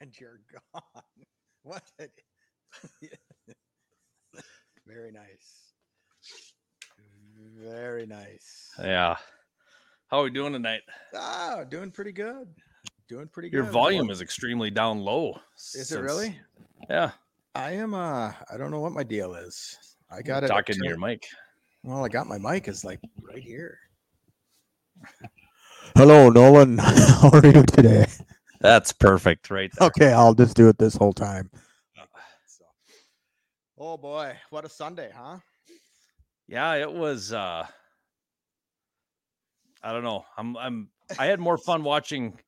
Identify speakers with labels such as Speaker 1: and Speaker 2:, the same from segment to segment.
Speaker 1: and you're gone. what? a- Very nice. Very nice.
Speaker 2: Yeah. How are we doing tonight?
Speaker 1: Oh, doing pretty good. Doing pretty
Speaker 2: Your
Speaker 1: good.
Speaker 2: volume is extremely down low.
Speaker 1: Is
Speaker 2: since-
Speaker 1: it really?
Speaker 2: Yeah.
Speaker 1: I am. Uh, I don't know what my deal is. I got it. up
Speaker 2: Talking
Speaker 1: to-
Speaker 2: to your mic.
Speaker 1: Well, I got my mic is like right here. Hello, Nolan. How are you today?
Speaker 2: That's perfect, right? there.
Speaker 1: Okay, I'll just do it this whole time.
Speaker 2: Uh,
Speaker 1: Oh boy, what a Sunday, huh?
Speaker 2: Yeah, it was uh I don't know. I'm I'm I had more fun watching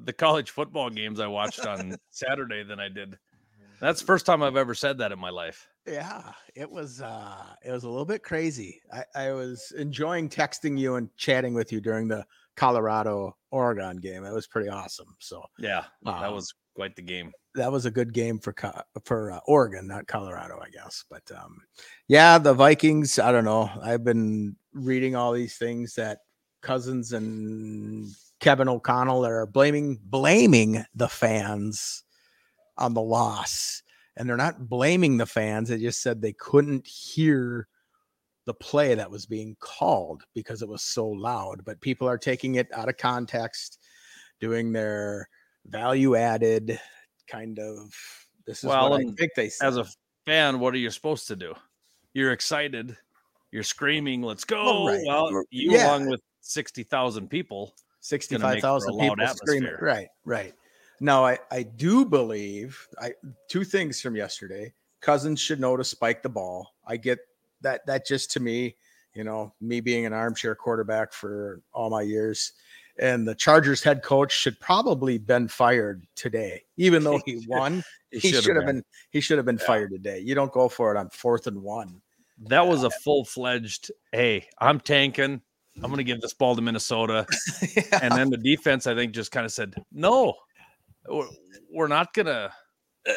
Speaker 2: the college football games I watched on Saturday than I did.
Speaker 1: Mm-hmm.
Speaker 2: That's the first time I've ever said that in my life.
Speaker 1: Yeah, it was uh it was a little bit crazy. I, I was enjoying texting you and chatting with you during the Colorado Oregon game. It was pretty awesome. So
Speaker 2: Yeah. that
Speaker 1: um,
Speaker 2: was quite the game.
Speaker 1: that was a good game for Co- for uh, Oregon, not Colorado, I guess. But um, yeah, the Vikings. I don't know. I've been reading all these things that Cousins and Kevin O'Connell are blaming blaming the fans on the loss, and they're not blaming the fans. They just said they couldn't hear the play that was being called because it was so loud. But people are taking it out of context, doing their value added kind of this is
Speaker 2: Well,
Speaker 1: what I
Speaker 2: and
Speaker 1: think they said.
Speaker 2: as a fan, what are you supposed to do? You're excited, you're screaming, "Let's go!"
Speaker 1: right.
Speaker 2: Well, you
Speaker 1: yeah.
Speaker 2: along with sixty thousand people. gonna make for a
Speaker 1: 65,000
Speaker 2: loud
Speaker 1: people screaming.
Speaker 2: atmosphere.
Speaker 1: Right, right. Now, I, I do believe I two things from yesterday. Cousins should know to spike the ball. I get that. That just to me, you know, me being an armchair quarterback for all my years, and the Chargers head coach should probably been fired today, even though he won. he should have been. He should have been
Speaker 2: Yeah.
Speaker 1: fired today. You don't go for it on fourth and one.
Speaker 2: That was a full fledged. Hey, I'm tanking. I'm going to give this ball to Minnesota, and then the defense, I think, just kind of said, "No, we're, we're not going to."
Speaker 1: Uh,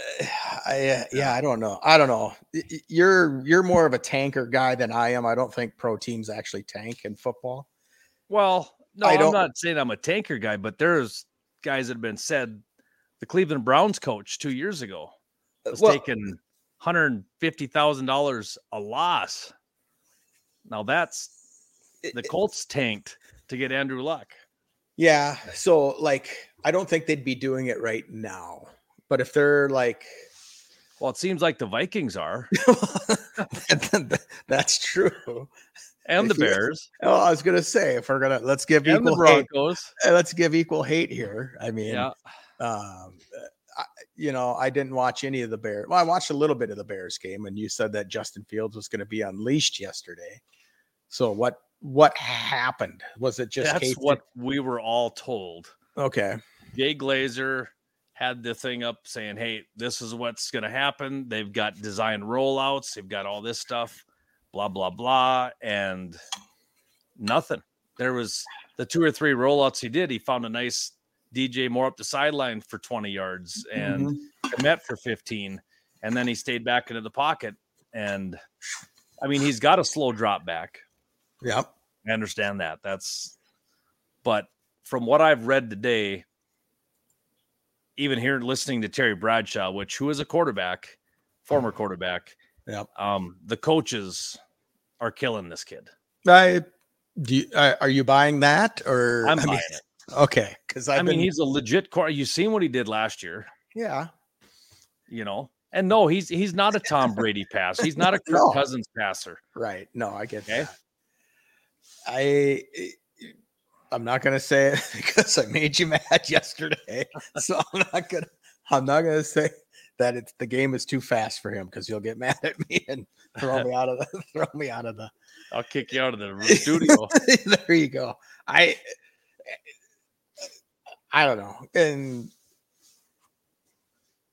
Speaker 1: I, uh, yeah, I don't know. I don't know. Y- y- You're you're more of a tanker guy than I am. I don't think pro teams actually tank in football.
Speaker 2: Well, no,
Speaker 1: I
Speaker 2: I'm
Speaker 1: don't-
Speaker 2: not saying I'm a tanker guy, but there's guys that have been said. The Cleveland Browns coach two years ago was
Speaker 1: Well,
Speaker 2: taking hundred fifty thousand dollars a loss. Now that's
Speaker 1: it-
Speaker 2: the
Speaker 1: it-
Speaker 2: Colts tanked to get Andrew Luck.
Speaker 1: yeah. So like, I don't think they'd be doing it right now. But if they're like,
Speaker 2: Well, it seems like the Vikings are
Speaker 1: that's true.
Speaker 2: and the
Speaker 1: If you-
Speaker 2: Bears
Speaker 1: Oh, I was gonna say if we're gonna let's give
Speaker 2: and the
Speaker 1: equal hate,
Speaker 2: Broncos.
Speaker 1: uh, let's give equal hate here. I mean,
Speaker 2: Yeah.
Speaker 1: um, uh, I, you know, I didn't watch any of the Bears. Well, I watched a little bit of the Bears game, and you said that Justin Fields was going to be unleashed yesterday. So what what happened? Was it just
Speaker 2: That's
Speaker 1: Casey-
Speaker 2: what we were all told.
Speaker 1: Okay,
Speaker 2: Jay Glazer had the thing up saying, Hey, this is what's going to happen. They've got design rollouts, they've got all this stuff, blah, blah, blah. And nothing. There was the two or three rollouts he did. He found a nice DJ Moore up the sideline for 20 yards and
Speaker 1: Mhm.
Speaker 2: Met for 15. And then he stayed back into the pocket. And I mean, he's got a slow drop back.
Speaker 1: yep,
Speaker 2: I understand that. That's, but from what I've read today, even here listening to Terry Bradshaw, which who is a quarterback, former quarterback,
Speaker 1: yep.
Speaker 2: um, the coaches are killing this kid.
Speaker 1: I do. You, uh, are you buying that or
Speaker 2: I'm
Speaker 1: I mean,
Speaker 2: buying it.
Speaker 1: Okay, because
Speaker 2: I
Speaker 1: I've
Speaker 2: mean,
Speaker 1: been
Speaker 2: he's a legit core. You seen what he did last year,
Speaker 1: yeah.
Speaker 2: you know? And no, he's he's not a Tom Brady pass. He's not a Kirk
Speaker 1: No.
Speaker 2: Cousins passer.
Speaker 1: Right. No, I get
Speaker 2: Okay.
Speaker 1: that. I eh, I'm not gonna say it because I made you mad yesterday. So I'm not gonna I'm not gonna say that it's the game is too fast for him because you'll get mad at me and throw me out of the throw me out of the
Speaker 2: I'll kick you out of the studio.
Speaker 1: there you go. I eh, I don't know. And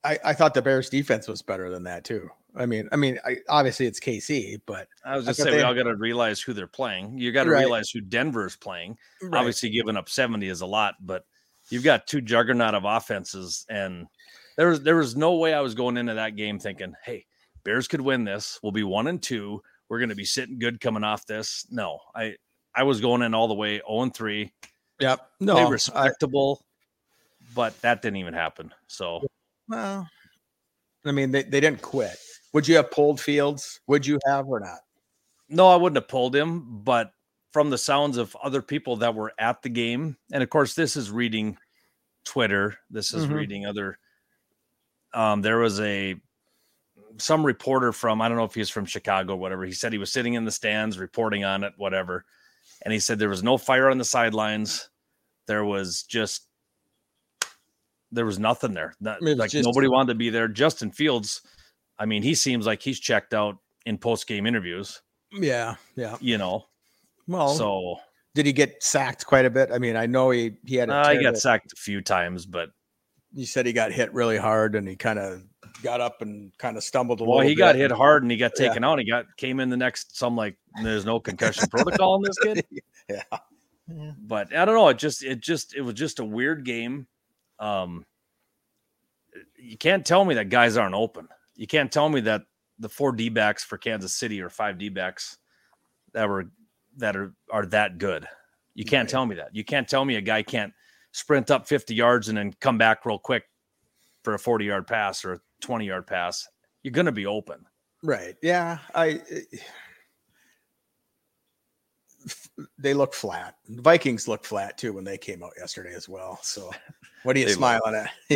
Speaker 1: I I thought the Bears defense was better than that too. I mean, I mean, I, obviously it's KC, but
Speaker 2: I was
Speaker 1: I
Speaker 2: just
Speaker 1: thought
Speaker 2: saying we
Speaker 1: they-
Speaker 2: all got to realize who they're playing. You got to
Speaker 1: Right.
Speaker 2: realize who Denver is playing.
Speaker 1: Right.
Speaker 2: obviously giving up 70 is a lot but you've got two juggernaut of offenses and there was there was no way i was going into that game thinking hey bears could win this we'll be one and two we're going to be sitting good coming off this no i i was going in all the way 0 and 3
Speaker 1: Yep.
Speaker 2: no,
Speaker 1: No, I-
Speaker 2: respectable but that didn't even happen so
Speaker 1: Well, I mean, they, they didn't quit. Would you have pulled Fields? Would you have or not?
Speaker 2: No, I wouldn't have pulled him, but from the sounds of other people that were at the game, and of course, this is reading Twitter. This is
Speaker 1: Mhm.
Speaker 2: reading other. Um, there was a some reporter from I don't know if he's from Chicago, whatever. He said he was sitting in the stands reporting on it, whatever, and he said there was no fire on the sidelines. There was just there was nothing there.
Speaker 1: It
Speaker 2: Not-
Speaker 1: was
Speaker 2: like
Speaker 1: just-
Speaker 2: nobody wanted to be there. Justin Fields, I mean, he seems like he's checked out in post game interviews.
Speaker 1: Yeah, yeah.
Speaker 2: You know,
Speaker 1: Well,
Speaker 2: so
Speaker 1: did he get sacked quite a bit? I mean, I know he he had. A
Speaker 2: I
Speaker 1: terrible-
Speaker 2: Uh, got sacked a few times, but
Speaker 1: You said he got hit really hard, and he kind of got up and kind of stumbled a
Speaker 2: well,
Speaker 1: little.
Speaker 2: he got
Speaker 1: bit.
Speaker 2: hit hard and he got
Speaker 1: Yeah.
Speaker 2: taken out. He got came in the next. Some like there's no concussion protocol in this kid,
Speaker 1: Yeah.
Speaker 2: but I don't know. It just it just it was just a weird game. Um, you can't tell me that guys aren't open. You can't tell me that the four D backs for Kansas City or five D backs that were that are are that good. You can't
Speaker 1: Right.
Speaker 2: tell me that. You can't tell me a guy can't sprint up 50 yards and then come back real quick for a 40 yard pass or a 20 yard pass. You're going to be open.
Speaker 1: Right. Yeah. I. eh, f- they look flat. Vikings look flat too when they came out yesterday as well. So, what are you
Speaker 2: They look-
Speaker 1: smiling at?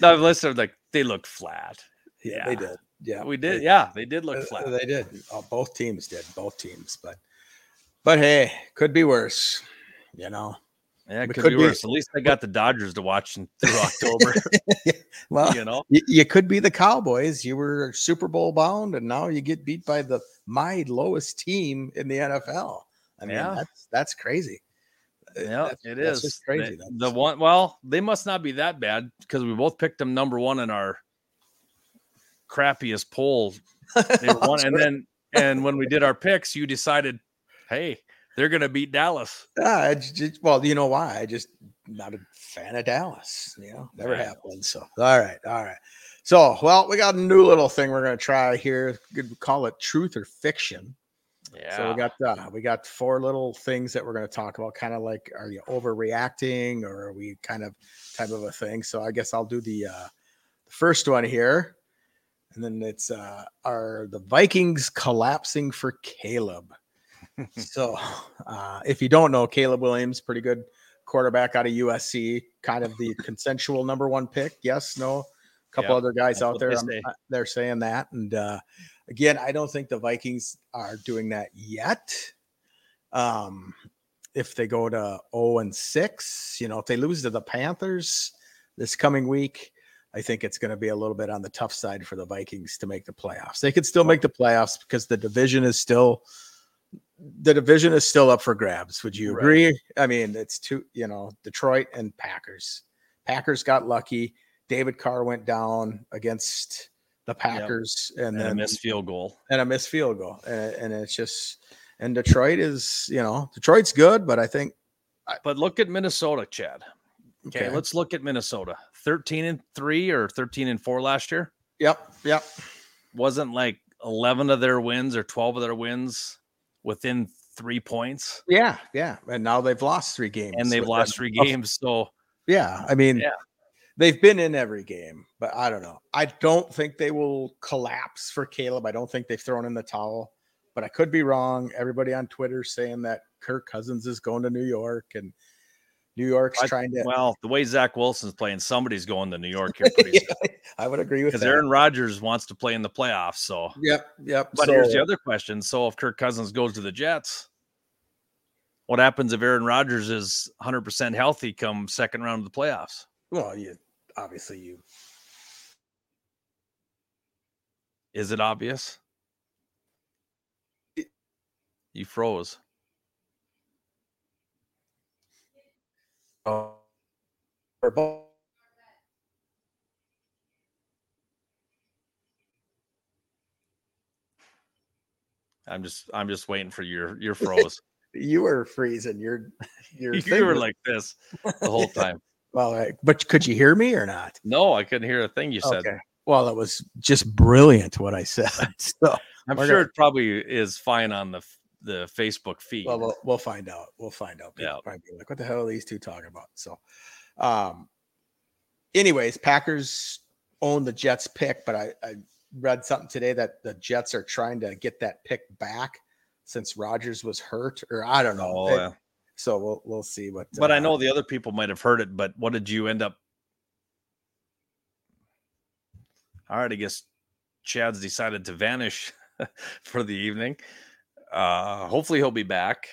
Speaker 2: No, no, listeners like they look flat.
Speaker 1: yeah, they
Speaker 2: yeah.
Speaker 1: did. Yeah,
Speaker 2: we did.
Speaker 1: they-
Speaker 2: yeah, they did look
Speaker 1: Uh,
Speaker 2: flat.
Speaker 1: They did. Oh, both teams did. Both teams, but but hey, could be worse. You know.
Speaker 2: yeah,
Speaker 1: we
Speaker 2: it could,
Speaker 1: could
Speaker 2: be
Speaker 1: be-
Speaker 2: worse. At least they got the Dodgers to watch in, through October.
Speaker 1: Well,
Speaker 2: you know,
Speaker 1: y- you could be the Cowboys. You were Super Bowl bound, and now you get beat by the my lowest team in the NFL. I mean,
Speaker 2: Yeah.
Speaker 1: that's that's crazy. Uh,
Speaker 2: yeah,
Speaker 1: that's-
Speaker 2: it
Speaker 1: that's
Speaker 2: is
Speaker 1: just crazy.
Speaker 2: The,
Speaker 1: That's-
Speaker 2: the one, well, they must not be that bad because we both picked them number one in our crappiest poll. They were one,
Speaker 1: That's
Speaker 2: and
Speaker 1: right.
Speaker 2: then and when we did our picks, you decided, hey, they're going to beat Dallas.
Speaker 1: Yeah, uh, I ju- ju- well, you know why? I just not a fan of Dallas. You know, never
Speaker 2: Right.
Speaker 1: have been. So, all right, all right. So, well, we got a new little thing we're gonna try here. Could call it truth or fiction.
Speaker 2: Yeah,
Speaker 1: So we got uh, we got four little things that we're going to talk about, kind of like are you overreacting or are we kind of type of a thing. So I guess I'll do the uh, the first one here, and then it's uh, are the Vikings collapsing for Caleb? so uh, if you don't know, Caleb Williams, pretty good quarterback out of USC, kind of the consensual number one pick. Yes, no, a couple
Speaker 2: Yep,
Speaker 1: other guys
Speaker 2: that's
Speaker 1: out
Speaker 2: what
Speaker 1: there
Speaker 2: they
Speaker 1: I'm-
Speaker 2: say.
Speaker 1: uh, they're saying that, and uh, again, I don't think the Vikings are doing that yet. Um, if they go to 0 and 6, you know, if they lose to the Panthers this coming week, I think it's going to be a little bit on the tough side for the Vikings to make the playoffs. They could still make the playoffs because the division is still the division is still up for grabs. Would you
Speaker 2: Right.
Speaker 1: agree? I mean, it's two, you know, Detroit and Packers. Packers got lucky. David Carr went down against the Packers and,
Speaker 2: and a
Speaker 1: then
Speaker 2: missed field goal.
Speaker 1: and a missed field goal. And, and it's just, and Detroit is, you know, Detroit's good, but I think,
Speaker 2: But look at Minnesota, Chad. Okay,
Speaker 1: okay,
Speaker 2: let's look at Minnesota. 13 and 3 or 13 and 4 last year.
Speaker 1: yep, yep,
Speaker 2: Wasn't like 11 of their wins or 12 of their wins within 3 points
Speaker 1: yeah, yeah. And now they've lost three games,
Speaker 2: and they've
Speaker 1: with
Speaker 2: lost
Speaker 1: them.
Speaker 2: 3 games. So
Speaker 1: Yeah, I mean,
Speaker 2: Yeah.
Speaker 1: they've been in every game, but I don't know. I don't think they will collapse for Caleb. I don't think they've thrown in the towel, but I could be wrong. Everybody on Twitter saying that Kirk Cousins is going to New York and New York's
Speaker 2: I-
Speaker 1: trying to.
Speaker 2: well, the way Zach Wilson's playing, somebody's going to New York here pretty soon
Speaker 1: I would agree with
Speaker 2: because
Speaker 1: that.
Speaker 2: Aaron Rodgers wants to play in the playoffs. So,
Speaker 1: yep, yep.
Speaker 2: but here's the
Speaker 1: so-
Speaker 2: other question: So, if Kirk Cousins goes to the Jets, what happens if Aaron Rodgers is 100 percent healthy come second round of the playoffs?
Speaker 1: Well, you obviously you
Speaker 2: Is it obvious? You froze.
Speaker 1: are uh, both.
Speaker 2: I'm just I'm just waiting for your your froze.
Speaker 1: You were freezing. Your your
Speaker 2: you
Speaker 1: thing
Speaker 2: were
Speaker 1: was-
Speaker 2: like this the whole time.
Speaker 1: well, I- but could you hear me or not?
Speaker 2: No, I couldn't hear a thing you said.
Speaker 1: Well, it was just brilliant what I said. So
Speaker 2: I'm
Speaker 1: We're
Speaker 2: sure
Speaker 1: gonna-
Speaker 2: it probably is fine on the f- the Facebook feed.
Speaker 1: well, we'll we'll find out. We'll find out. People
Speaker 2: Yeah.
Speaker 1: probably be like, what the hell are these two talking about? So, um, anyways, Packers own the Jets pick, but I, I read something today that the Jets are trying to get that pick back since Rogers was hurt, or I don't know.
Speaker 2: Oh,
Speaker 1: They-
Speaker 2: yeah.
Speaker 1: So we'll we'll see what.
Speaker 2: But I
Speaker 1: uh,
Speaker 2: know the other people might have heard it, but what did you end up? All right, I guess Chad's decided to vanish for the evening. Uh hopefully he'll be back.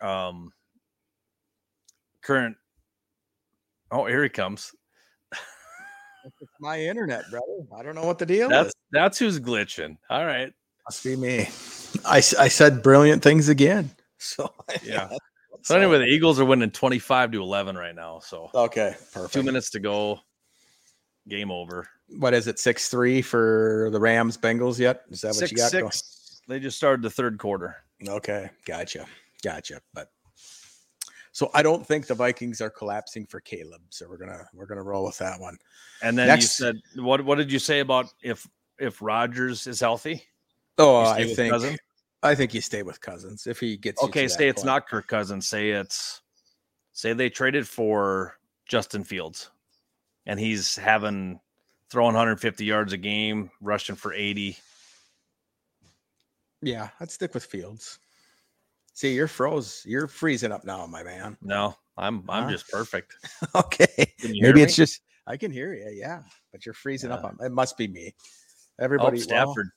Speaker 2: Um current Oh, here he comes.
Speaker 1: my internet, brother. I don't know what the deal
Speaker 2: That's
Speaker 1: is.
Speaker 2: that's who's glitching. All right.
Speaker 1: Must be me. I, s- I said brilliant things again. So
Speaker 2: Yeah. So anyway, the Eagles are winning 25 to 11 right now. So
Speaker 1: okay, perfect.
Speaker 2: 2 minutes to go. Game over.
Speaker 1: What is it? Six three for the Rams Bengals yet? Is that what you got? going?
Speaker 2: They just started the third quarter.
Speaker 1: Okay, gotcha, gotcha. But so I don't think the Vikings are collapsing for Caleb. So we're gonna we're gonna roll with that one.
Speaker 2: And then you
Speaker 1: Next-
Speaker 2: said, "What? What did you say about if if Rogers is healthy?
Speaker 1: Oh,
Speaker 2: You
Speaker 1: I
Speaker 2: stay with
Speaker 1: think
Speaker 2: Cousins?
Speaker 1: I think you stay with Cousins if he gets. you
Speaker 2: Okay,
Speaker 1: to
Speaker 2: say
Speaker 1: that
Speaker 2: it's
Speaker 1: point.
Speaker 2: not Kirk Cousins. Say it's say they traded for Justin Fields, and he's having throwing 150 yards a game, rushing for 80.
Speaker 1: Yeah, I'd stick with Fields. See, you're froze. You're freezing up now, my man.
Speaker 2: No, I'm I'm
Speaker 1: Huh?
Speaker 2: just perfect.
Speaker 1: okay.
Speaker 2: Can you
Speaker 1: Maybe
Speaker 2: hear
Speaker 1: it's
Speaker 2: me?
Speaker 1: just I can hear you. Yeah, but you're freezing up.
Speaker 2: Yeah.
Speaker 1: On, it must be me.
Speaker 2: oh,
Speaker 1: Everybody. well,
Speaker 2: Stafford.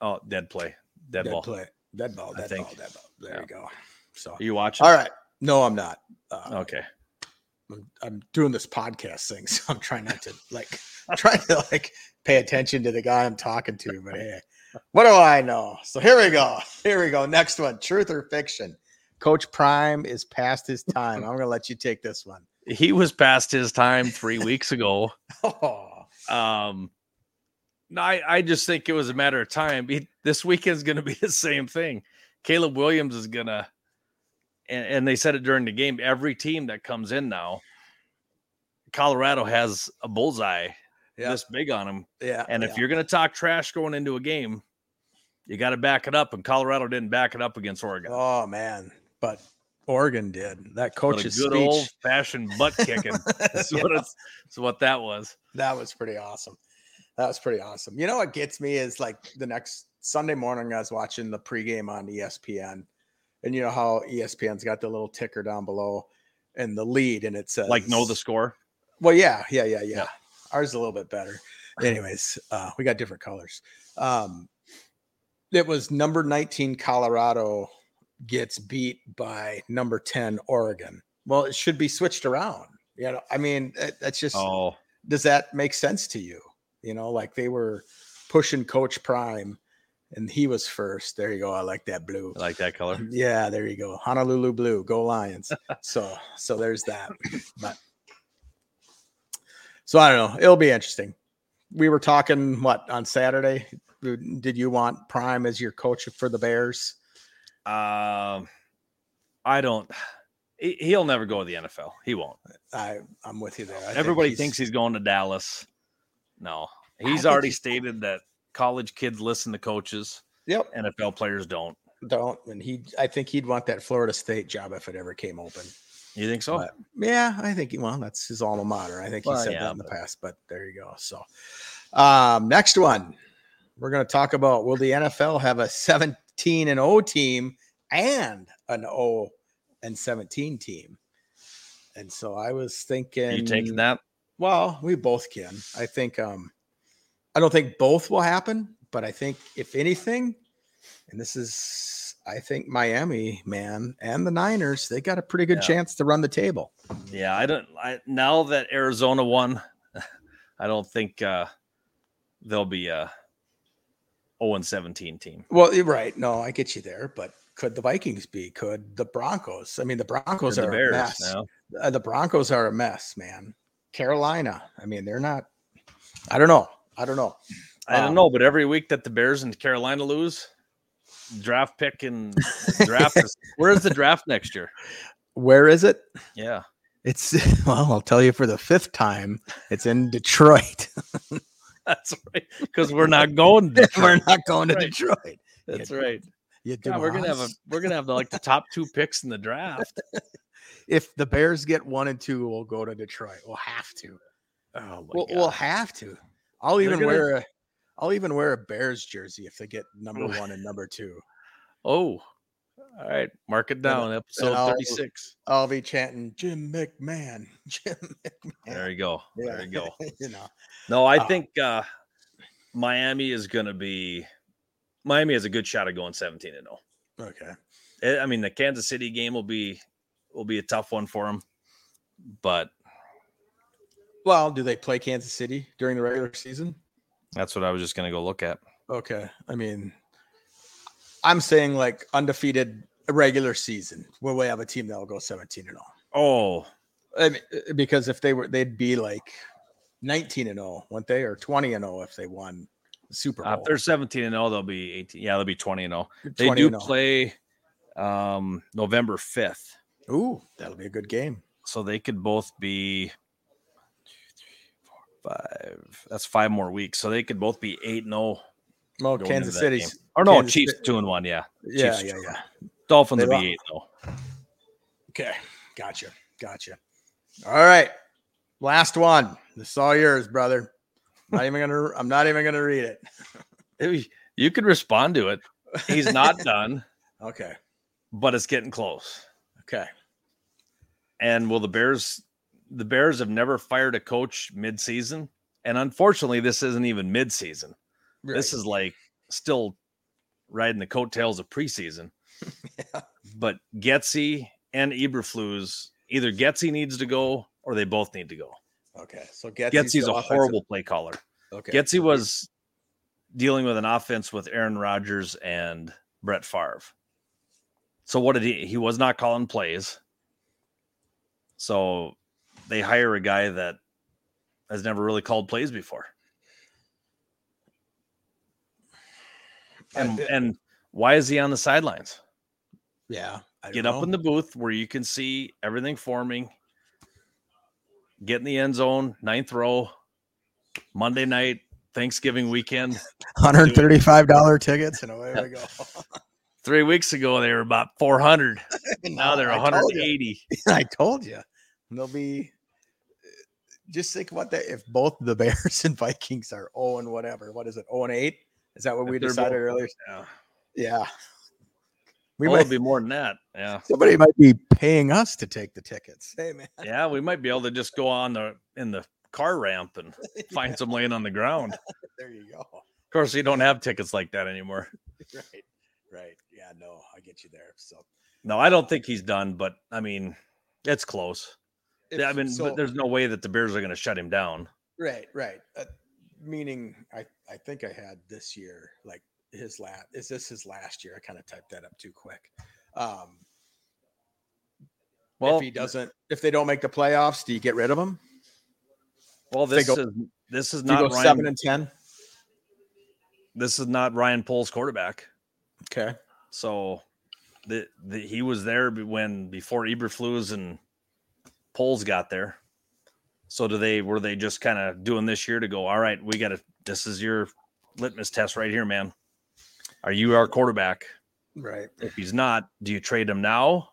Speaker 2: oh, dead play, dead,
Speaker 1: dead
Speaker 2: ball.
Speaker 1: play. Dead ball.
Speaker 2: I
Speaker 1: Dead
Speaker 2: think.
Speaker 1: ball. Dead ball. There
Speaker 2: Yeah.
Speaker 1: you go. So
Speaker 2: Are you watching?
Speaker 1: all right. No, I'm not. Uh,
Speaker 2: Okay.
Speaker 1: I'm, I'm doing this podcast thing, so I'm trying not to like. I'm trying to like pay attention to the guy I'm talking to, but hey, what do I know? So here we go. Here we go. Next one: truth or fiction. Coach Prime is past his time. I'm gonna let you take this one.
Speaker 2: He was past his time three weeks ago.
Speaker 1: Oh,
Speaker 2: Um, no, I, I just think it was a matter of time. He, this weekend's going to be the same thing. Caleb Williams is going to, and, and they said it during the game. Every team that comes in now, Colorado has a bullseye
Speaker 1: Yeah.
Speaker 2: this big on him.
Speaker 1: yeah.
Speaker 2: And
Speaker 1: yeah.
Speaker 2: if you're going to talk trash going into a game, you got to back it up. And Colorado didn't back it up against Oregon.
Speaker 1: Oh man, but Oregon did that
Speaker 2: But a
Speaker 1: coach's
Speaker 2: good
Speaker 1: speech.
Speaker 2: old fashioned butt kicking. That's
Speaker 1: Yeah,
Speaker 2: what, it's, that's what that was.
Speaker 1: that was pretty awesome. That was pretty awesome. You know what gets me is like the next Sunday morning, I was watching the pregame on E ESPN, and you know how E ESPN's got the little ticker down below and the lead, and it says
Speaker 2: Like, know the score.
Speaker 1: Well, yeah, yeah, yeah, yeah.
Speaker 2: Yeah.
Speaker 1: Ours is a little bit better. Anyways, uh, we got different colors. Um, it was number 19 Colorado gets beat by number 10 Oregon. Well, it should be switched around. You know, I mean, that- that's just
Speaker 2: Oh,
Speaker 1: does that make sense to you? You know, like they were pushing Coach Prime and he was first. There you go. I like that blue.
Speaker 2: I like that color.
Speaker 1: Yeah, there you go. Honolulu Blue, go Lions. so so there's that. But so I don't know. It'll be interesting. We were talking what on Saturday. Did you want Prime as your coach for the Bears?
Speaker 2: Um, I don't. he- He'll never go to the NFL. He won't.
Speaker 1: I I'm with you there. I think
Speaker 2: Everybody
Speaker 1: he's-
Speaker 2: thinks he's going to Dallas. No, he's
Speaker 1: think
Speaker 2: already
Speaker 1: he's-
Speaker 2: stated that college kids listen to coaches.
Speaker 1: Yep.
Speaker 2: NFL players don't.
Speaker 1: Don't and he I think he'd want that Florida State job if it ever came open.
Speaker 2: You think so?
Speaker 1: But, yeah, I think he, well, that's his alma mater. I think he
Speaker 2: Well,
Speaker 1: said
Speaker 2: yeah,
Speaker 1: that in the
Speaker 2: but-
Speaker 1: past, but there you go. So, um, next one, we're going to talk about will the NFL have a 17 and 0 team and an 0 and 17 team? And so I was thinking,
Speaker 2: Are you taking that?
Speaker 1: Well, we both can. I think, um, I don't think both will happen, but I think if anything, and this is, I think Miami, man, and the Niners, they got a pretty good
Speaker 2: Yeah.
Speaker 1: chance to run the table.
Speaker 2: Yeah, I don't. I now that Arizona won, I don't think uh they'll be a zero and seventeen team.
Speaker 1: Well, you're right. No, I get you there, but could the Vikings be? Could the Broncos? I mean, the Broncos
Speaker 2: Or
Speaker 1: are
Speaker 2: the
Speaker 1: a
Speaker 2: Bears.
Speaker 1: mess.
Speaker 2: No?
Speaker 1: Uh, the Broncos are a mess, man. Carolina. I mean, they're not. I don't know. I don't know.
Speaker 2: I
Speaker 1: Um,
Speaker 2: don't know, but every week that the Bears and Carolina lose, draft pick and draft. is, where is the draft next year?
Speaker 1: Where is it?
Speaker 2: Yeah,
Speaker 1: It's well, I'll tell you for the fifth time. It's in Detroit.
Speaker 2: that's right. Because we're not going. to
Speaker 1: We're
Speaker 2: Detroit.
Speaker 1: not going to
Speaker 2: Right.
Speaker 1: Detroit.
Speaker 2: That's right.
Speaker 1: You
Speaker 2: God, we're gonna have a
Speaker 1: dumbass.
Speaker 2: we're gonna have the, like the top two picks in the draft.
Speaker 1: if the Bears get one and two, we'll go to Detroit. We'll have to.
Speaker 2: Oh my
Speaker 1: we'll,
Speaker 2: god.
Speaker 1: we'll have to. I'll
Speaker 2: They're
Speaker 1: even
Speaker 2: gonna-
Speaker 1: wear a. I'll even wear a Bears jersey if they get number one and number two.
Speaker 2: oh. All right, mark it down. Episode
Speaker 1: I'll-
Speaker 2: 36.
Speaker 1: I'll be chanting Jim McMahon. Jim McMahon.
Speaker 2: There you go. There you go.
Speaker 1: you know,
Speaker 2: No, I
Speaker 1: Uh,
Speaker 2: think uh, Miami is going to be. Miami has a good shot of going seventeen and oh. zero.
Speaker 1: okay.
Speaker 2: Eh, I mean, the Kansas City game will be will be a tough one for them, but
Speaker 1: Well, do they play Kansas City during the regular season?
Speaker 2: that's what I was just going to go look at.
Speaker 1: Okay. I mean, I'm saying like undefeated regular season where we have a team that'll go 17 and all.
Speaker 2: Oh,
Speaker 1: I mean, uh, because if they were, they'd be like 19 and all, wouldn't they? Or 20 and all if they won the Super
Speaker 2: uh,
Speaker 1: Bowl.
Speaker 2: if they're seventeen and zero, they'll be eighteen. Yeah, they'll be twenty and zero. They
Speaker 1: 20
Speaker 2: do
Speaker 1: and oh. all.
Speaker 2: play um, November fifth,
Speaker 1: Ooh, that'll be a good game.
Speaker 2: so they could both be five. That's five more weeks, so they could both be eight and zero.
Speaker 1: Well,
Speaker 2: going
Speaker 1: Kansas
Speaker 2: into that game.
Speaker 1: City's.
Speaker 2: Or no,
Speaker 1: Kansas
Speaker 2: Chiefs
Speaker 1: City-
Speaker 2: two and one. Yeah,
Speaker 1: Yeah,
Speaker 2: Chiefs
Speaker 1: yeah, yeah.
Speaker 2: Dolphins
Speaker 1: They
Speaker 2: will
Speaker 1: lost.
Speaker 2: be eight oh. though.
Speaker 1: Okay. Gotcha. Gotcha. All right. Last one. This is all yours, brother. Not even gonna. I'm not even gonna read it.
Speaker 2: Maybe You could respond to it. He's not done,
Speaker 1: Okay.
Speaker 2: but it's getting close.
Speaker 1: Okay.
Speaker 2: And will the Bears? The Bears have never fired a coach mid-season, and unfortunately, this isn't even mid-season. This is like still riding the coattails of preseason.
Speaker 1: Yeah.
Speaker 2: But Getzey and Eberflus, either Getzey needs to go or they both need to go.
Speaker 1: okay. So Getsy's,
Speaker 2: Getzey's
Speaker 1: the
Speaker 2: a
Speaker 1: offensive-
Speaker 2: horrible play caller.
Speaker 1: Okay.
Speaker 2: Getzey was dealing with an offense with Aaron Rodgers and Brett Favre. So what did he? He was not calling plays. So they hire a guy that has never really called plays before. And
Speaker 1: I-
Speaker 2: and why is he on the sidelines?
Speaker 1: yeah. I
Speaker 2: Get
Speaker 1: don't
Speaker 2: up in
Speaker 1: know.
Speaker 2: the booth where you can see everything forming. Get in the end zone, ninth row, Monday night, Thanksgiving weekend.
Speaker 1: $135 tickets and away we go.
Speaker 2: Three weeks ago, they were about 400. Now they're
Speaker 1: I told you.
Speaker 2: 180.
Speaker 1: I told you. They'll be uh, just think about that. If both the Bears and Vikings are 0 and whatever, what is it? 0 and 8? Is that what we
Speaker 2: If they're
Speaker 1: decided
Speaker 2: both- oh
Speaker 1: earlier?
Speaker 2: Yeah. Oh
Speaker 1: Yeah. We
Speaker 2: We
Speaker 1: might
Speaker 2: might be more than that. Yeah.
Speaker 1: somebody might be paying us to take the tickets. Hey man.
Speaker 2: Yeah. We might be able to just go on the in the car ramp and find some laying on the ground. Of
Speaker 1: There you go.
Speaker 2: course, you don't have tickets like that anymore.
Speaker 1: Right. Right. Yeah, no, I get you there. So
Speaker 2: No, I don't think he's done, but I mean, it's close.
Speaker 1: if-
Speaker 2: I mean,
Speaker 1: so-
Speaker 2: but there's no way that the Bears are going to shut him down.
Speaker 1: Right, right. Uh, meaning, I I think I had this year like his last. Is this his last year? I kind of typed that up too quick. Um,
Speaker 2: Well,
Speaker 1: if he doesn't, if they don't make the playoffs, do you get rid of him?
Speaker 2: well,
Speaker 1: they
Speaker 2: this
Speaker 1: go-
Speaker 2: is this is
Speaker 1: Do you
Speaker 2: not
Speaker 1: go seven
Speaker 2: Ryan.
Speaker 1: and ten.
Speaker 2: This is not Ryan Pohl's quarterback.
Speaker 1: Okay.
Speaker 2: So the, the he was there be- when before Eberflus and Poles got there. So do they were they just kind of doing this year to go, all right, we gotta this is your litmus test right here, man. Are you our quarterback?
Speaker 1: Right.
Speaker 2: If he's not, do you trade him now?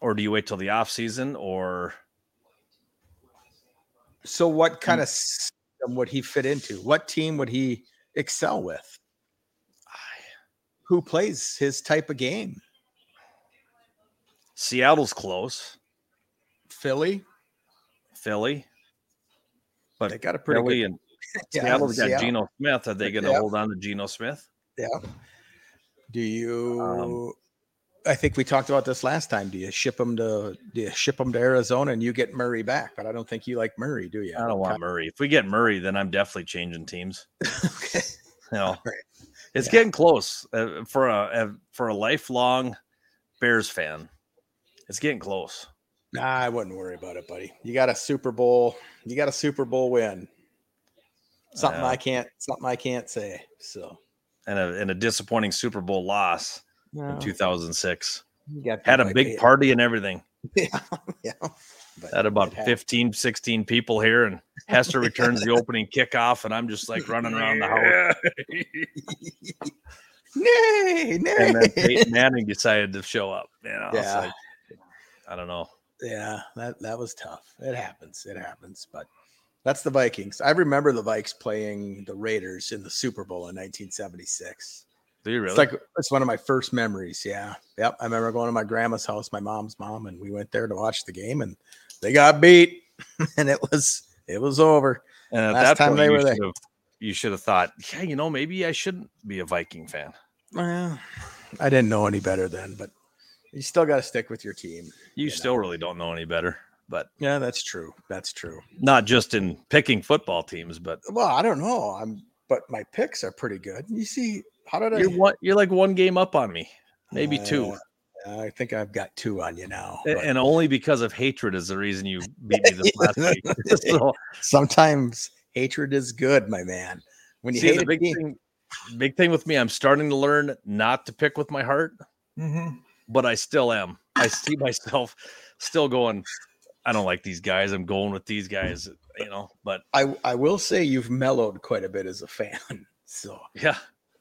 Speaker 2: Or do you wait till the offseason? Or
Speaker 1: So,
Speaker 2: Mm.
Speaker 1: what kind of system would he fit into? What team would he excel with? Who plays his type of game?
Speaker 2: Seattle's close,
Speaker 1: Philly.
Speaker 2: Philly. But
Speaker 1: They got a pretty
Speaker 2: Philly
Speaker 1: good.
Speaker 2: and
Speaker 1: Yeah,
Speaker 2: Seattle's got
Speaker 1: Seattle.
Speaker 2: Geno Smith. Are they gonna
Speaker 1: Yeah.
Speaker 2: hold on to Geno Smith?
Speaker 1: Do you?
Speaker 2: um
Speaker 1: I think we talked about this last time. Do you ship him to? Do you ship him to Arizona and you get Murray back? But I don't think you like Murray, do you?
Speaker 2: I don't want Murray. If we get Murray, then I'm definitely changing teams.
Speaker 1: okay.
Speaker 2: You know,
Speaker 1: Right.
Speaker 2: it's
Speaker 1: Yeah.
Speaker 2: getting close uh, for a uh, for a lifelong Bears fan. It's getting close.
Speaker 1: Nah, I wouldn't worry about it, buddy. You got a Super Bowl. You got a Super Bowl win. Something
Speaker 2: Yeah.
Speaker 1: I can't. Something I can't say. So.
Speaker 2: And a, and a disappointing Super Bowl loss in 2006.
Speaker 1: You got
Speaker 2: Had a
Speaker 1: like
Speaker 2: big
Speaker 1: eight-
Speaker 2: party and everything.
Speaker 1: Yeah, yeah. But
Speaker 2: Had about
Speaker 1: it happened.
Speaker 2: 15, 16 people here. And Hester returns the opening kickoff. And I'm just like running around the house.
Speaker 1: Nay, nay.
Speaker 2: And then Peyton Manning decided to show up. You know, it's
Speaker 1: Yeah.
Speaker 2: like, I don't know.
Speaker 1: yeah, that that was tough. It happens. It happens. But That's the Vikings. I remember the Vikes playing the Raiders in the Super Bowl in 1976.
Speaker 2: Do you really?
Speaker 1: It's like it's one of my first memories. Yeah. Yep. I remember going to my grandma's house, my mom's mom, and we went there to watch the game and they got beat and it was it was over.
Speaker 2: and at
Speaker 1: last
Speaker 2: that
Speaker 1: time
Speaker 2: point,
Speaker 1: they
Speaker 2: you
Speaker 1: were there.
Speaker 2: should have- You should have thought, yeah, you know, maybe I shouldn't be a Viking fan.
Speaker 1: Well, I didn't know any better then, but you still got to stick with your team.
Speaker 2: You,
Speaker 1: You
Speaker 2: still really don't know any better, but
Speaker 1: Yeah, that's true. That's true.
Speaker 2: not just in picking football teams, but
Speaker 1: Well, I don't know. I'm but my picks are pretty good. You see, how did I
Speaker 2: you're one, you're like one game up on me, maybe two,
Speaker 1: Uh, I think I've got two on you now.
Speaker 2: A-
Speaker 1: but
Speaker 2: and only because of hatred is the reason you beat me this last week. so,
Speaker 1: sometimes hatred is good, my man. When you
Speaker 2: see,
Speaker 1: hate
Speaker 2: the
Speaker 1: a
Speaker 2: big
Speaker 1: team,
Speaker 2: thing, big thing with me, I'm starting to learn not to pick with my heart, but I still am. I see myself still going. I don't like these guys. I'm going with these guys, you know. But
Speaker 1: I I will say you've mellowed quite a bit as a fan. So
Speaker 2: yeah,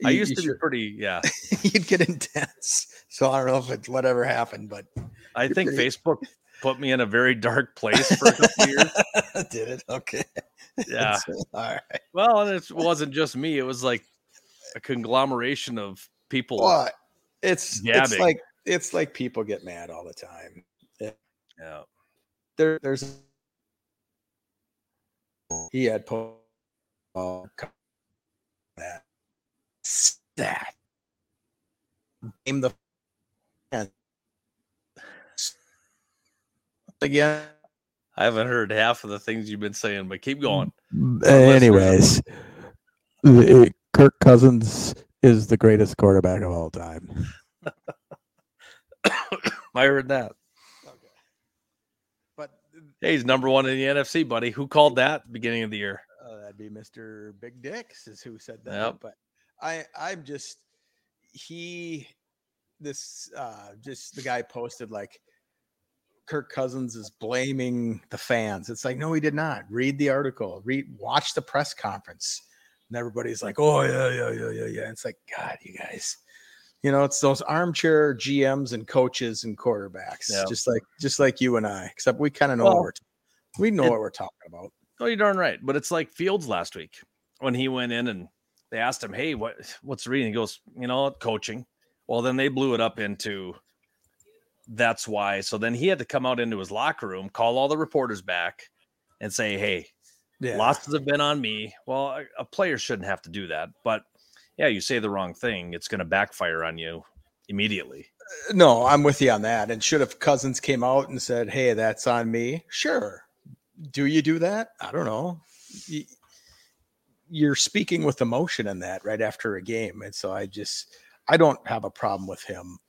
Speaker 2: I
Speaker 1: you-
Speaker 2: used
Speaker 1: you
Speaker 2: to be pretty. Yeah,
Speaker 1: should- you'd get intense. So I don't know if it's whatever happened, but
Speaker 2: I
Speaker 1: You're
Speaker 2: think
Speaker 1: pretty-
Speaker 2: Facebook put me in a very dark place for a couple years.
Speaker 1: did it okay?
Speaker 2: Yeah.
Speaker 1: all right.
Speaker 2: Well, and it wasn't just me. It was like a conglomeration of people.
Speaker 1: Well, it's it's
Speaker 2: Gabbing.
Speaker 1: like it's like people get mad all the time.
Speaker 2: Yeah.
Speaker 1: There there's he had po- oh, come- that that name the and- again
Speaker 2: I haven't heard half of the things you've been saying, but keep going.
Speaker 3: Mm,
Speaker 2: Unless they're-
Speaker 3: Anyways, the- Kirk Cousins is the greatest quarterback of all time.
Speaker 2: I heard that.
Speaker 1: but
Speaker 2: Hey, he's number one in the NFC, buddy. Who called that beginning of the year?
Speaker 1: uh, that'd be Mr. Big Dicks is who said that.
Speaker 2: Yep.
Speaker 1: But I I'm just he this uh just the guy posted like Kirk Cousins is blaming the fans. It's like no he did not. Read the article. Read watch the press conference. And everybody's like, "Oh yeah, yeah, yeah, yeah, yeah." It's like, "God, you guys. You know, it's those armchair GMs and coaches and quarterbacks,
Speaker 2: Yeah.
Speaker 1: just like just like you and I, except we kind of know
Speaker 2: Well,
Speaker 1: what we're we know
Speaker 2: it-
Speaker 1: what we're talking about.
Speaker 2: Oh, you're darn right. But it's like Fields last week when he went in and they asked him, Hey, what what's the reading? He goes, you know, coaching. Well, then they blew it up into that's why. So then he had to come out into his locker room, call all the reporters back and say, Hey, losses have been on me. Well, a, a player shouldn't have to do that, but yeah, you say the wrong thing, it's going to backfire on you immediately.
Speaker 1: No, I'm with you on that. And should have Cousins came out and said, "Hey, that's on me." Sure. Do you do that? I don't know. Y- You're speaking with emotion in that right after a game, and so I just I don't have a problem with him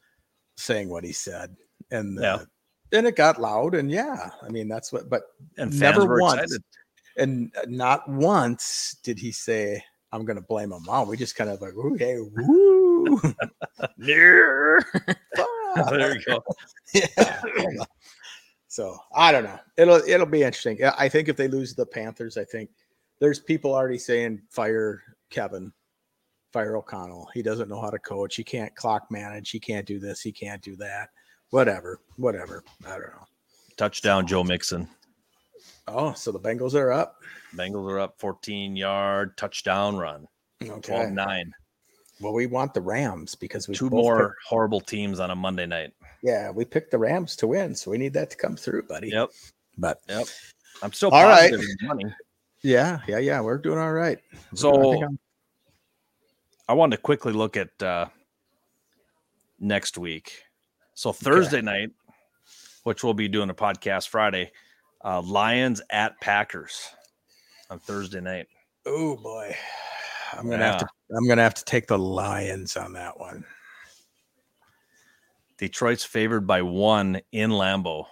Speaker 1: saying what he said. And
Speaker 2: Yeah.
Speaker 1: uh, then it got loud, and yeah, I mean that's what. But
Speaker 2: And fans
Speaker 1: Never
Speaker 2: were
Speaker 1: once.
Speaker 2: excited.
Speaker 1: and not once did he say, "I'm going to blame him." Wow, we just kind of like, "Ooh, hey, woo, fuck."
Speaker 2: there you go.
Speaker 1: yeah. so I don't know. It'll it'll be interesting. Yeah, I think if they lose to the Panthers, I think there's people already saying fire Kevin, fire O'Connell. He doesn't know how to coach. He can't clock manage. He can't do this. He can't do that. Whatever. Whatever. I don't know.
Speaker 2: Touchdown, Joe Mixon.
Speaker 1: Oh, so the Bengals are up.
Speaker 2: Bengals are up 14 yard touchdown run, 12
Speaker 1: Okay.
Speaker 2: 9.
Speaker 1: Well, we want the Rams because we
Speaker 2: Two
Speaker 1: both
Speaker 2: more horrible teams on a Monday night.
Speaker 1: picked- yeah, we picked the Rams to win, so we need that to come through, buddy.
Speaker 2: Yep.
Speaker 1: But
Speaker 2: Yep. I'm still
Speaker 1: All right.
Speaker 2: positive in money.
Speaker 1: yeah, yeah, yeah, we're doing all right. I think
Speaker 2: So
Speaker 1: I'm-
Speaker 2: I wanted to quickly look at uh, next week. So Thursday night, which we'll be doing a podcast Friday, uh, Lions at Packers on Thursday night.
Speaker 1: Oh boy. I'm gonna have to I'm gonna have to take the Lions on that one.
Speaker 2: Detroit's favored by one in Lambeau.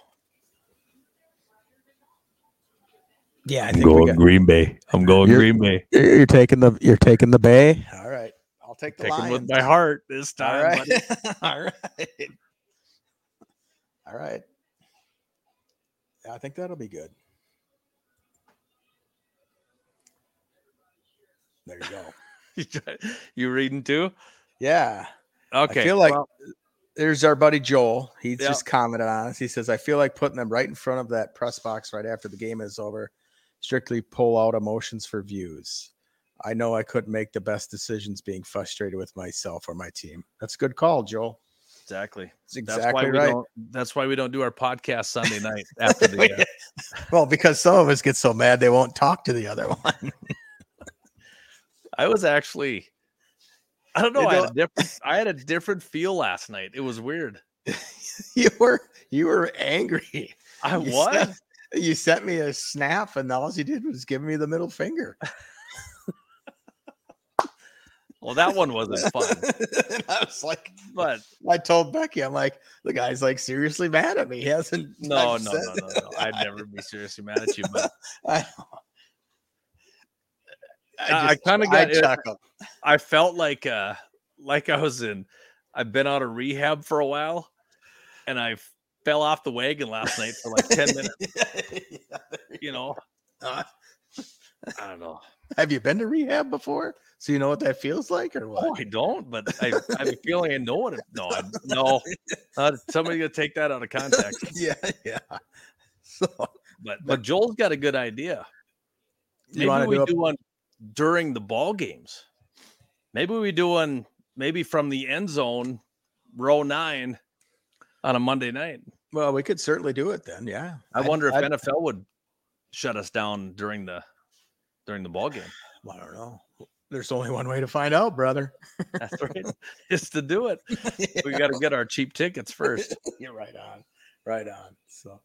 Speaker 1: Yeah, I think we got,
Speaker 3: Green Bay.
Speaker 2: I'm going
Speaker 3: You're-
Speaker 2: Green Bay.
Speaker 3: You're taking the you're taking the Bay.
Speaker 1: all right. I'i'll take the
Speaker 2: Picking
Speaker 1: Lions.
Speaker 2: with my heart this
Speaker 1: all
Speaker 2: time.
Speaker 1: right.
Speaker 2: buddy.
Speaker 1: all right. All right. Yeah, I think that'll be good. There you go.
Speaker 2: you reading too?
Speaker 1: Yeah.
Speaker 2: Okay.
Speaker 1: I feel like there's our buddy Joel. He
Speaker 2: Yeah.
Speaker 1: just commented on us. He says, I feel like putting them right in front of that press box right after the game is over strictly pull out emotions for views. I know I couldn't make the best decisions being frustrated with myself or my team. That's a good call, Joel.
Speaker 2: Exactly.
Speaker 1: That's
Speaker 2: That's
Speaker 1: exactly
Speaker 2: why we
Speaker 1: right.
Speaker 2: don't. That's why we don't do our podcast Sunday night after the. Uh,
Speaker 1: well, because some of us get so mad they won't talk to the other one.
Speaker 2: I was actually. I don't know.
Speaker 1: You
Speaker 2: I, had
Speaker 1: know-
Speaker 2: a different, I had a different feel last night. It was weird.
Speaker 1: you were you were angry.
Speaker 2: I
Speaker 1: You
Speaker 2: was.
Speaker 1: sent- you sent me a snap, and all you did was give me the middle finger.
Speaker 2: Well, that one wasn't fun.
Speaker 1: and I was like,
Speaker 2: But
Speaker 1: I told Becky, I'm like, the guy's like seriously mad at me. He hasn't.
Speaker 2: no,
Speaker 1: I've
Speaker 2: no,
Speaker 1: said-
Speaker 2: no, no, no. I'd never be seriously mad at you. But
Speaker 1: I,
Speaker 2: I- I kinda
Speaker 1: I
Speaker 2: got it.
Speaker 1: chuckled.
Speaker 2: I felt like uh like I was in. I've been out of rehab for a while, and I fell off the wagon last night for like ten minutes. You know,
Speaker 1: Uh,
Speaker 2: I don't know.
Speaker 1: Have you been to rehab before? So you know what that feels like, or what?
Speaker 2: Oh, I don't, but I, I have a feeling I know what. It, no, I, no. Uh, somebody's gonna take that out of context.
Speaker 1: yeah, yeah. So
Speaker 2: But but
Speaker 1: But-
Speaker 2: Joel's got a good idea.
Speaker 1: you
Speaker 2: Maybe
Speaker 1: wanna
Speaker 2: we
Speaker 1: do
Speaker 2: do,
Speaker 1: a-
Speaker 2: one during the ball games. Maybe we do one maybe from the end zone, row nine, on a Monday night.
Speaker 1: well, we could certainly do it then. Yeah.
Speaker 2: I wonder if
Speaker 1: I,
Speaker 2: NFL would shut us down during the during the ball game.
Speaker 1: I don't know. There's only one way to find out, brother.
Speaker 2: That's right. Is to do it. We got to get our cheap tickets first.
Speaker 1: You're right on. Right on. So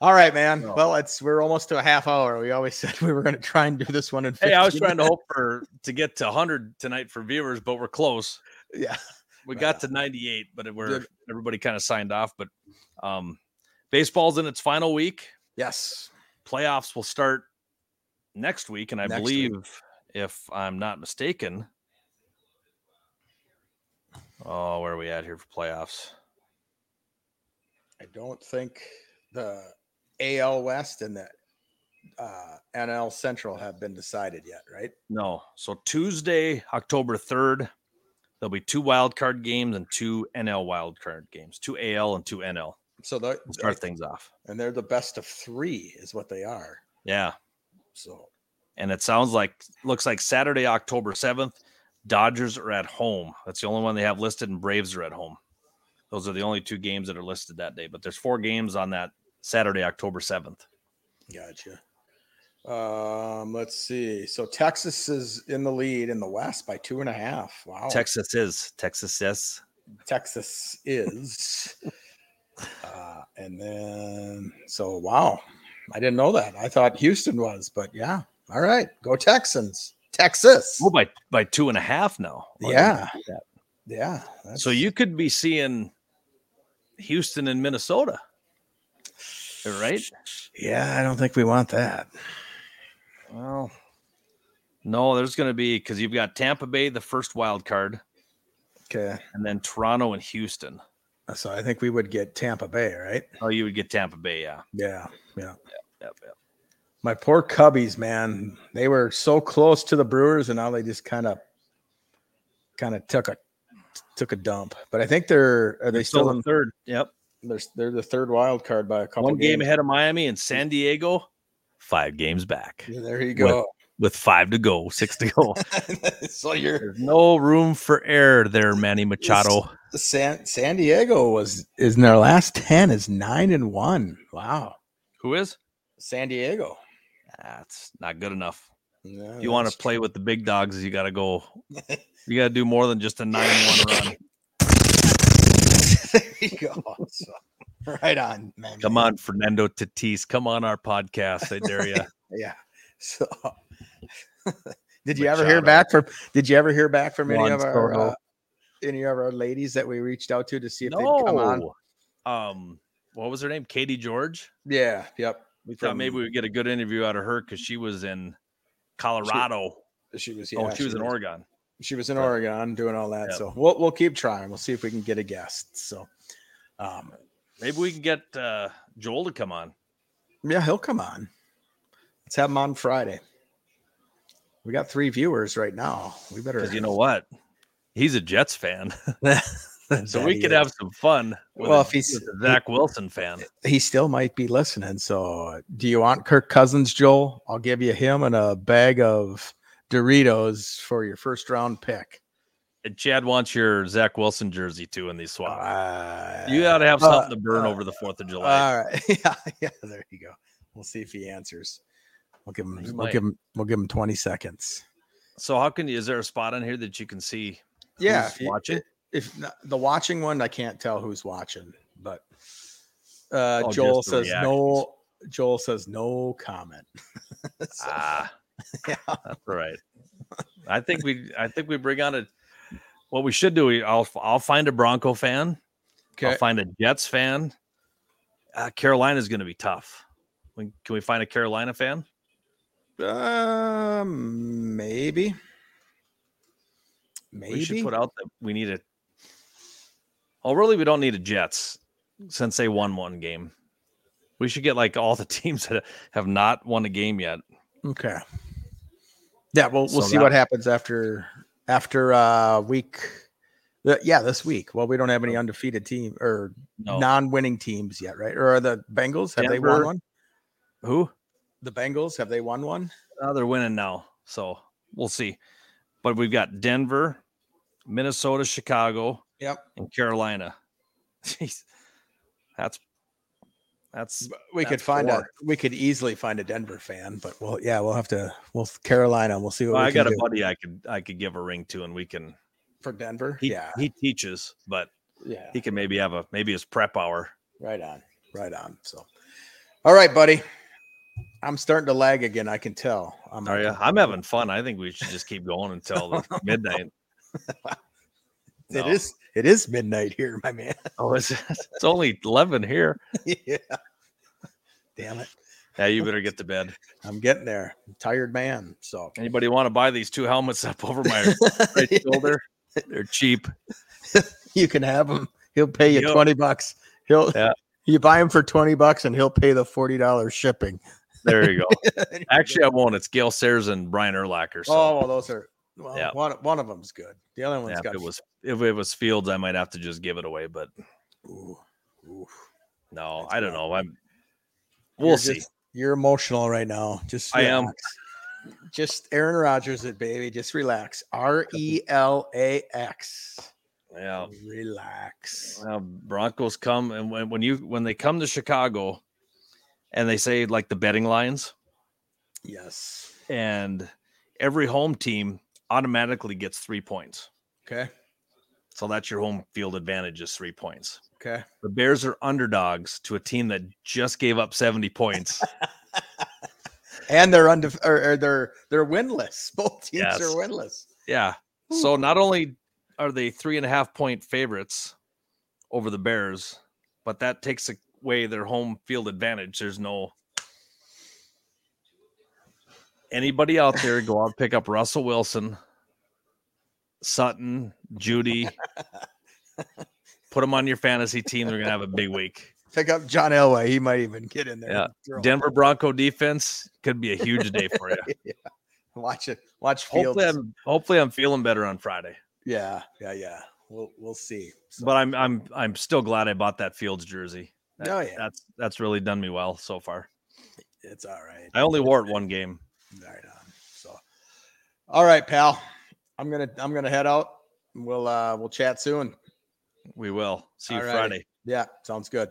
Speaker 1: all right, man.
Speaker 2: No.
Speaker 1: Well, it's we're almost to a half hour. We always said we were gonna try and do this one in 15
Speaker 2: Hey, I was trying to hope for to get to 100 tonight for viewers, but we're close.
Speaker 1: Yeah.
Speaker 2: We
Speaker 1: Right
Speaker 2: got
Speaker 1: on.
Speaker 2: to 98, but we're
Speaker 1: Good.
Speaker 2: everybody kind of signed off. But um, baseball's in its final week.
Speaker 1: Yes.
Speaker 2: Playoffs will start next week, and I
Speaker 1: Next week.
Speaker 2: believe, if I'm not mistaken, oh, where are we at here for playoffs?
Speaker 1: I don't think the AL West and the uh, NL Central have been decided yet, right?
Speaker 2: No. So Tuesday, October 3rd, there'll be two wild card games and two NL wild card games, two AL and two NL.
Speaker 1: So they're
Speaker 2: We'll start things off.
Speaker 1: and they're the best of three, is what they are.
Speaker 2: Yeah.
Speaker 1: So
Speaker 2: And it sounds like looks like Saturday, October 7th, Dodgers are at home. That's the only one they have listed and Braves are at home. Those are the only two games that are listed that day, but there's four games on that Saturday, October 7th.
Speaker 1: gotcha. Um, let's see. So Texas is in the lead in the West by two and a half. Wow.
Speaker 2: Texas is Texas is
Speaker 1: Texas is. uh, and then, so wow, I didn't know that. I thought Houston was, but yeah. All right, go Texans, Texas.
Speaker 2: oh, by by two and a half now.
Speaker 1: Yeah. Yeah. that's-
Speaker 2: So you could be seeing Houston and Minnesota, right?
Speaker 1: yeah, I don't think we want that.
Speaker 2: Well, no, there's going to be because you've got Tampa Bay, the first wild card,
Speaker 1: Okay.
Speaker 2: and then Toronto and Houston.
Speaker 1: So I think we would get Tampa Bay, right?
Speaker 2: Oh, you would get Tampa Bay, yeah.
Speaker 1: Yeah.
Speaker 2: Yep, yep.
Speaker 1: My poor Cubbies, man. They were so close to the Brewers, and now they just kind of, kind of took a, took a dump. But I think they're are they still in,
Speaker 2: third. Yep,
Speaker 1: they're they're the third wild card by a couple.
Speaker 2: one game
Speaker 1: games.
Speaker 2: ahead of Miami and San Diego, five games back
Speaker 1: Yeah, there you
Speaker 2: with-
Speaker 1: go.
Speaker 2: with five to go, six to go.
Speaker 1: so you're
Speaker 2: there's no room for error there, Manny Machado.
Speaker 1: San San Diego was is in their last ten is nine and one. Wow,
Speaker 2: Who is?
Speaker 1: San Diego.
Speaker 2: That's not good enough.
Speaker 1: Yeah,
Speaker 2: If you want
Speaker 1: that's-
Speaker 2: to play with the big dogs, you got to go. You got to do more than just a nine-one run.
Speaker 1: there you go. So, right on, man.
Speaker 2: Come on, Fernando Tatis. Come on our podcast. I dare you.
Speaker 1: Yeah. So, did you ever hear
Speaker 2: Machado.
Speaker 1: back from? Did you ever hear back from any of
Speaker 2: Juan
Speaker 1: our
Speaker 2: Soto.
Speaker 1: uh, any of our ladies that we reached out to to see if they'd come on?
Speaker 2: Um, what was her name? Katie George.
Speaker 1: Yeah. Yep.
Speaker 2: We thought maybe
Speaker 1: From-
Speaker 2: we'd get a good interview out of her because she was in Colorado.
Speaker 1: she was. Yeah,
Speaker 2: oh, she was in Oregon.
Speaker 1: she was in
Speaker 2: But-
Speaker 1: Oregon doing all that.
Speaker 2: Yep.
Speaker 1: So we'll we'll keep trying. We'll see if we can get a guest. So, um,
Speaker 2: Maybe we can get uh, Joel to come on.
Speaker 1: yeah, he'll come on. Let's have him on Friday. We got three viewers right now. We better.
Speaker 2: Because you know what? He's a Jets fan. So
Speaker 1: that
Speaker 2: we
Speaker 1: he
Speaker 2: could
Speaker 1: is.
Speaker 2: have some fun. With
Speaker 1: Well,
Speaker 2: a,
Speaker 1: if he's-
Speaker 2: with a Zach Wilson fan,
Speaker 1: He still might be listening. So, do you want Kirk Cousins, Joel? I'll give you him and a bag of Doritos for your first round pick.
Speaker 2: And Uh, Chad wants your Zach Wilson jersey too in these swaps.
Speaker 1: Uh,
Speaker 2: you got to have
Speaker 1: uh,
Speaker 2: something to burn
Speaker 1: uh,
Speaker 2: over the Fourth of July.
Speaker 1: All right. Yeah, yeah. There you go. We'll see if he answers. We'll give him.
Speaker 2: He
Speaker 1: We'll
Speaker 2: might.
Speaker 1: give him. We'll give him twenty seconds.
Speaker 2: so how can you? Is there a spot on here that you can see?
Speaker 1: Yeah.
Speaker 2: who's
Speaker 1: if you-
Speaker 2: watching.
Speaker 1: If not, the watching one, I can't tell who's watching, but uh,
Speaker 2: Oh,
Speaker 1: Joel
Speaker 2: just the
Speaker 1: says no. Joel says no comment. So,
Speaker 2: Ah,
Speaker 1: yeah.
Speaker 2: that's all right. I think we. I think we bring on a. What we should do, we, I'll I'll find a Bronco fan. I'll find a Jets fan. Uh, Carolina's going to be tough. When, can we find a Carolina fan?
Speaker 1: Um, maybe.
Speaker 2: We should
Speaker 1: Maybe.
Speaker 2: put out that we need a. Oh, really? We don't need a Jets since they won one game. We should get like all the teams that have not won a game yet.
Speaker 1: Okay. Yeah, we'll we'll
Speaker 2: So
Speaker 1: see
Speaker 2: that-
Speaker 1: what happens after after uh week. the- yeah, this week. Well, we don't have any undefeated team or
Speaker 2: No.
Speaker 1: non-winning teams yet, right? Or are the Bengals have they won
Speaker 2: Denver.
Speaker 1: one?
Speaker 2: Who?
Speaker 1: The Bengals have they won one?
Speaker 2: Uh, they're winning now. So we'll see. But we've got Denver, Minnesota, Chicago,
Speaker 1: Yep.
Speaker 2: and Carolina. Jeez. That's that's
Speaker 1: We could
Speaker 2: That's
Speaker 1: find a
Speaker 2: four.
Speaker 1: we could easily find a Denver fan, but we'll yeah, we'll have to we'll Carolina, and we'll see what
Speaker 2: Well,
Speaker 1: we
Speaker 2: I
Speaker 1: can
Speaker 2: got a
Speaker 1: do
Speaker 2: buddy I could I could give a ring to, and we can.
Speaker 1: for Denver.
Speaker 2: He,
Speaker 1: yeah.
Speaker 2: he teaches, but
Speaker 1: Yeah.
Speaker 2: he can maybe have a maybe his prep hour.
Speaker 1: Right on. Right on. So, all right, buddy. I'm starting to lag again. I can tell. I'm
Speaker 2: Are you? I'm having fun. I think we should just keep going until the midnight.
Speaker 1: It
Speaker 2: No.
Speaker 1: is- It is midnight here, my man.
Speaker 2: Oh, it's, it's only eleven here.
Speaker 1: yeah. Damn it.
Speaker 2: Yeah, you better get to bed.
Speaker 1: I'm getting there. I'm a tired man. So.
Speaker 2: Anybody want to buy these two helmets up over my right shoulder? They're cheap.
Speaker 1: you can have him. He'll pay you
Speaker 2: Yep.
Speaker 1: 20 bucks. He'll
Speaker 2: Yeah.
Speaker 1: you buy him for 20 bucks and he'll pay the $40 shipping.
Speaker 2: There you go. Actually, I won't. It's Gail Sayers and Brian Erlacher. So
Speaker 1: oh, well, those are well,
Speaker 2: Yeah.
Speaker 1: one one of them's good. The other one's
Speaker 2: yeah, if
Speaker 1: got
Speaker 2: it was if it was Fields, I might have to just give it away. But
Speaker 1: Ooh, ooh.
Speaker 2: no,
Speaker 1: That's
Speaker 2: I don't
Speaker 1: bad.
Speaker 2: know. I'm.
Speaker 1: You're
Speaker 2: We'll see.
Speaker 1: just- you're emotional right now. Just
Speaker 2: I am.
Speaker 1: relax. Just Aaron Rodgers, it baby. Just relax. R E L A X.
Speaker 2: yeah.
Speaker 1: Relax.
Speaker 2: Well, Broncos come and when, when you when they come to Chicago and they say like the betting lines
Speaker 1: Yes.
Speaker 2: and every home team automatically gets 3 points.
Speaker 1: Okay.
Speaker 2: So that's your home field advantage is 3 points.
Speaker 1: Okay.
Speaker 2: The Bears are underdogs to a team that just gave up 70 points.
Speaker 1: And they're under or, or they're they're winless. Both teams
Speaker 2: Yes.
Speaker 1: are winless.
Speaker 2: yeah. So not only are they three and a half point favorites over the Bears, but that takes away their home field advantage. There's no anybody out there go out and pick up Russell Wilson, Sutton, Judy. Put them on your fantasy team. They're gonna have a big week.
Speaker 1: Pick up John Elway. He might even get in there.
Speaker 2: Yeah.
Speaker 1: and throw.
Speaker 2: Denver Bronco defense could be a huge day for you.
Speaker 1: Watch it. Watch Fields.
Speaker 2: Hopefully, I'm hopefully I'm feeling better on Friday.
Speaker 1: Yeah. Yeah. Yeah. We'll we'll see. So,
Speaker 2: But I'm I'm I'm still glad I bought that Fields jersey. That-
Speaker 1: Oh, yeah.
Speaker 2: that's that's really done me well so far.
Speaker 1: it's all right.
Speaker 2: I only wore it one game.
Speaker 1: Right on. So, all right, pal. I'm gonna I'm gonna head out. We'll uh we'll chat soon.
Speaker 2: We will see you
Speaker 1: All righty.
Speaker 2: Friday.
Speaker 1: Yeah, sounds good.